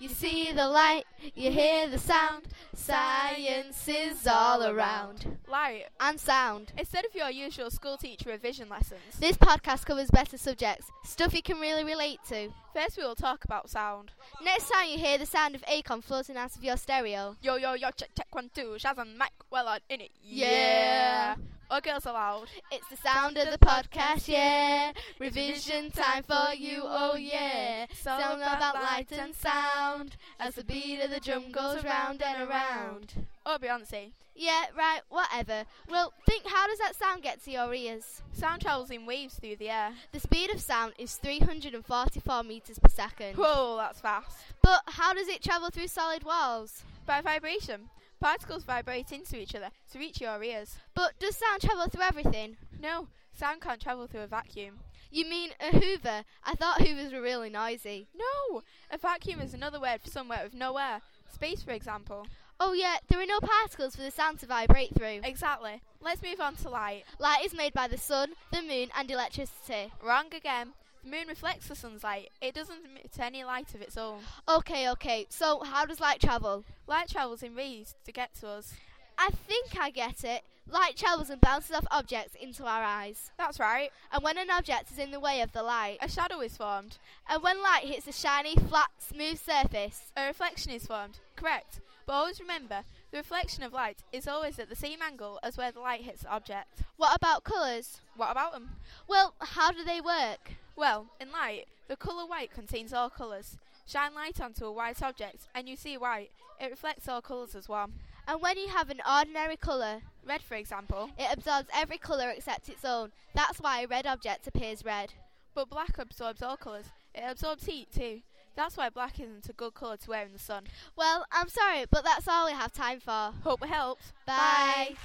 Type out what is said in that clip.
You see the light, you hear the sound. Science is all around. Light. And sound. Instead of your usual school teacher revision lessons, This podcast covers better subjects, stuff you can really relate to. first we will talk about sound. Next time you hear the sound of Akon floating out of your stereo. Yo, yo, yo, check, check, one, two, Shaz and Mike, well on, in it. Yeah. Or girls allowed. It's the sound of the podcast, yeah. Revision time for you, oh yeah. It's all Sound about about light light and sound as the beat of the drum goes round and around. Or Oh, Beyonce. Yeah, right, whatever. Well, think how does that sound get to your ears? Sound travels in waves through the air. The speed of sound is 344 meters per second. Whoa, that's fast. But how does it travel through solid walls? By vibration. Particles vibrate into each other to reach your ears. But does sound travel through everything? No, sound can't travel through a vacuum. You mean a Hoover? I thought Hoovers were really noisy. No! A vacuum is another word for somewhere with no air. Space, for example. Oh, yeah, there are no particles for the sound to vibrate through. Exactly. Let's move on to light. Light is made by the sun, the moon, and electricity. Wrong again. The moon reflects the sun's light. It doesn't emit any light of its own. Okay, okay, so how does light travel? Light travels in rays to get to us. I think I get it. Light travels and bounces off objects into our eyes. That's right. And when an object is in the way of the light, A shadow is formed. and when light hits a shiny, flat, smooth surface, A reflection is formed. Correct. But always remember, the reflection of light is always at the same angle as where the light hits the object. what about colours? What about them? Well, how do they work? Well, in light, the colour white contains all colours. Shine light onto a white object and you see white. It reflects all colours as one. And when you have an ordinary colour, Red, for example, It absorbs every colour except its own. That's why a red object appears red. but black absorbs all colours. It absorbs heat too. That's why black isn't a good colour to wear in the sun. Well, I'm sorry, but that's all we have time for. Hope it helps. Bye.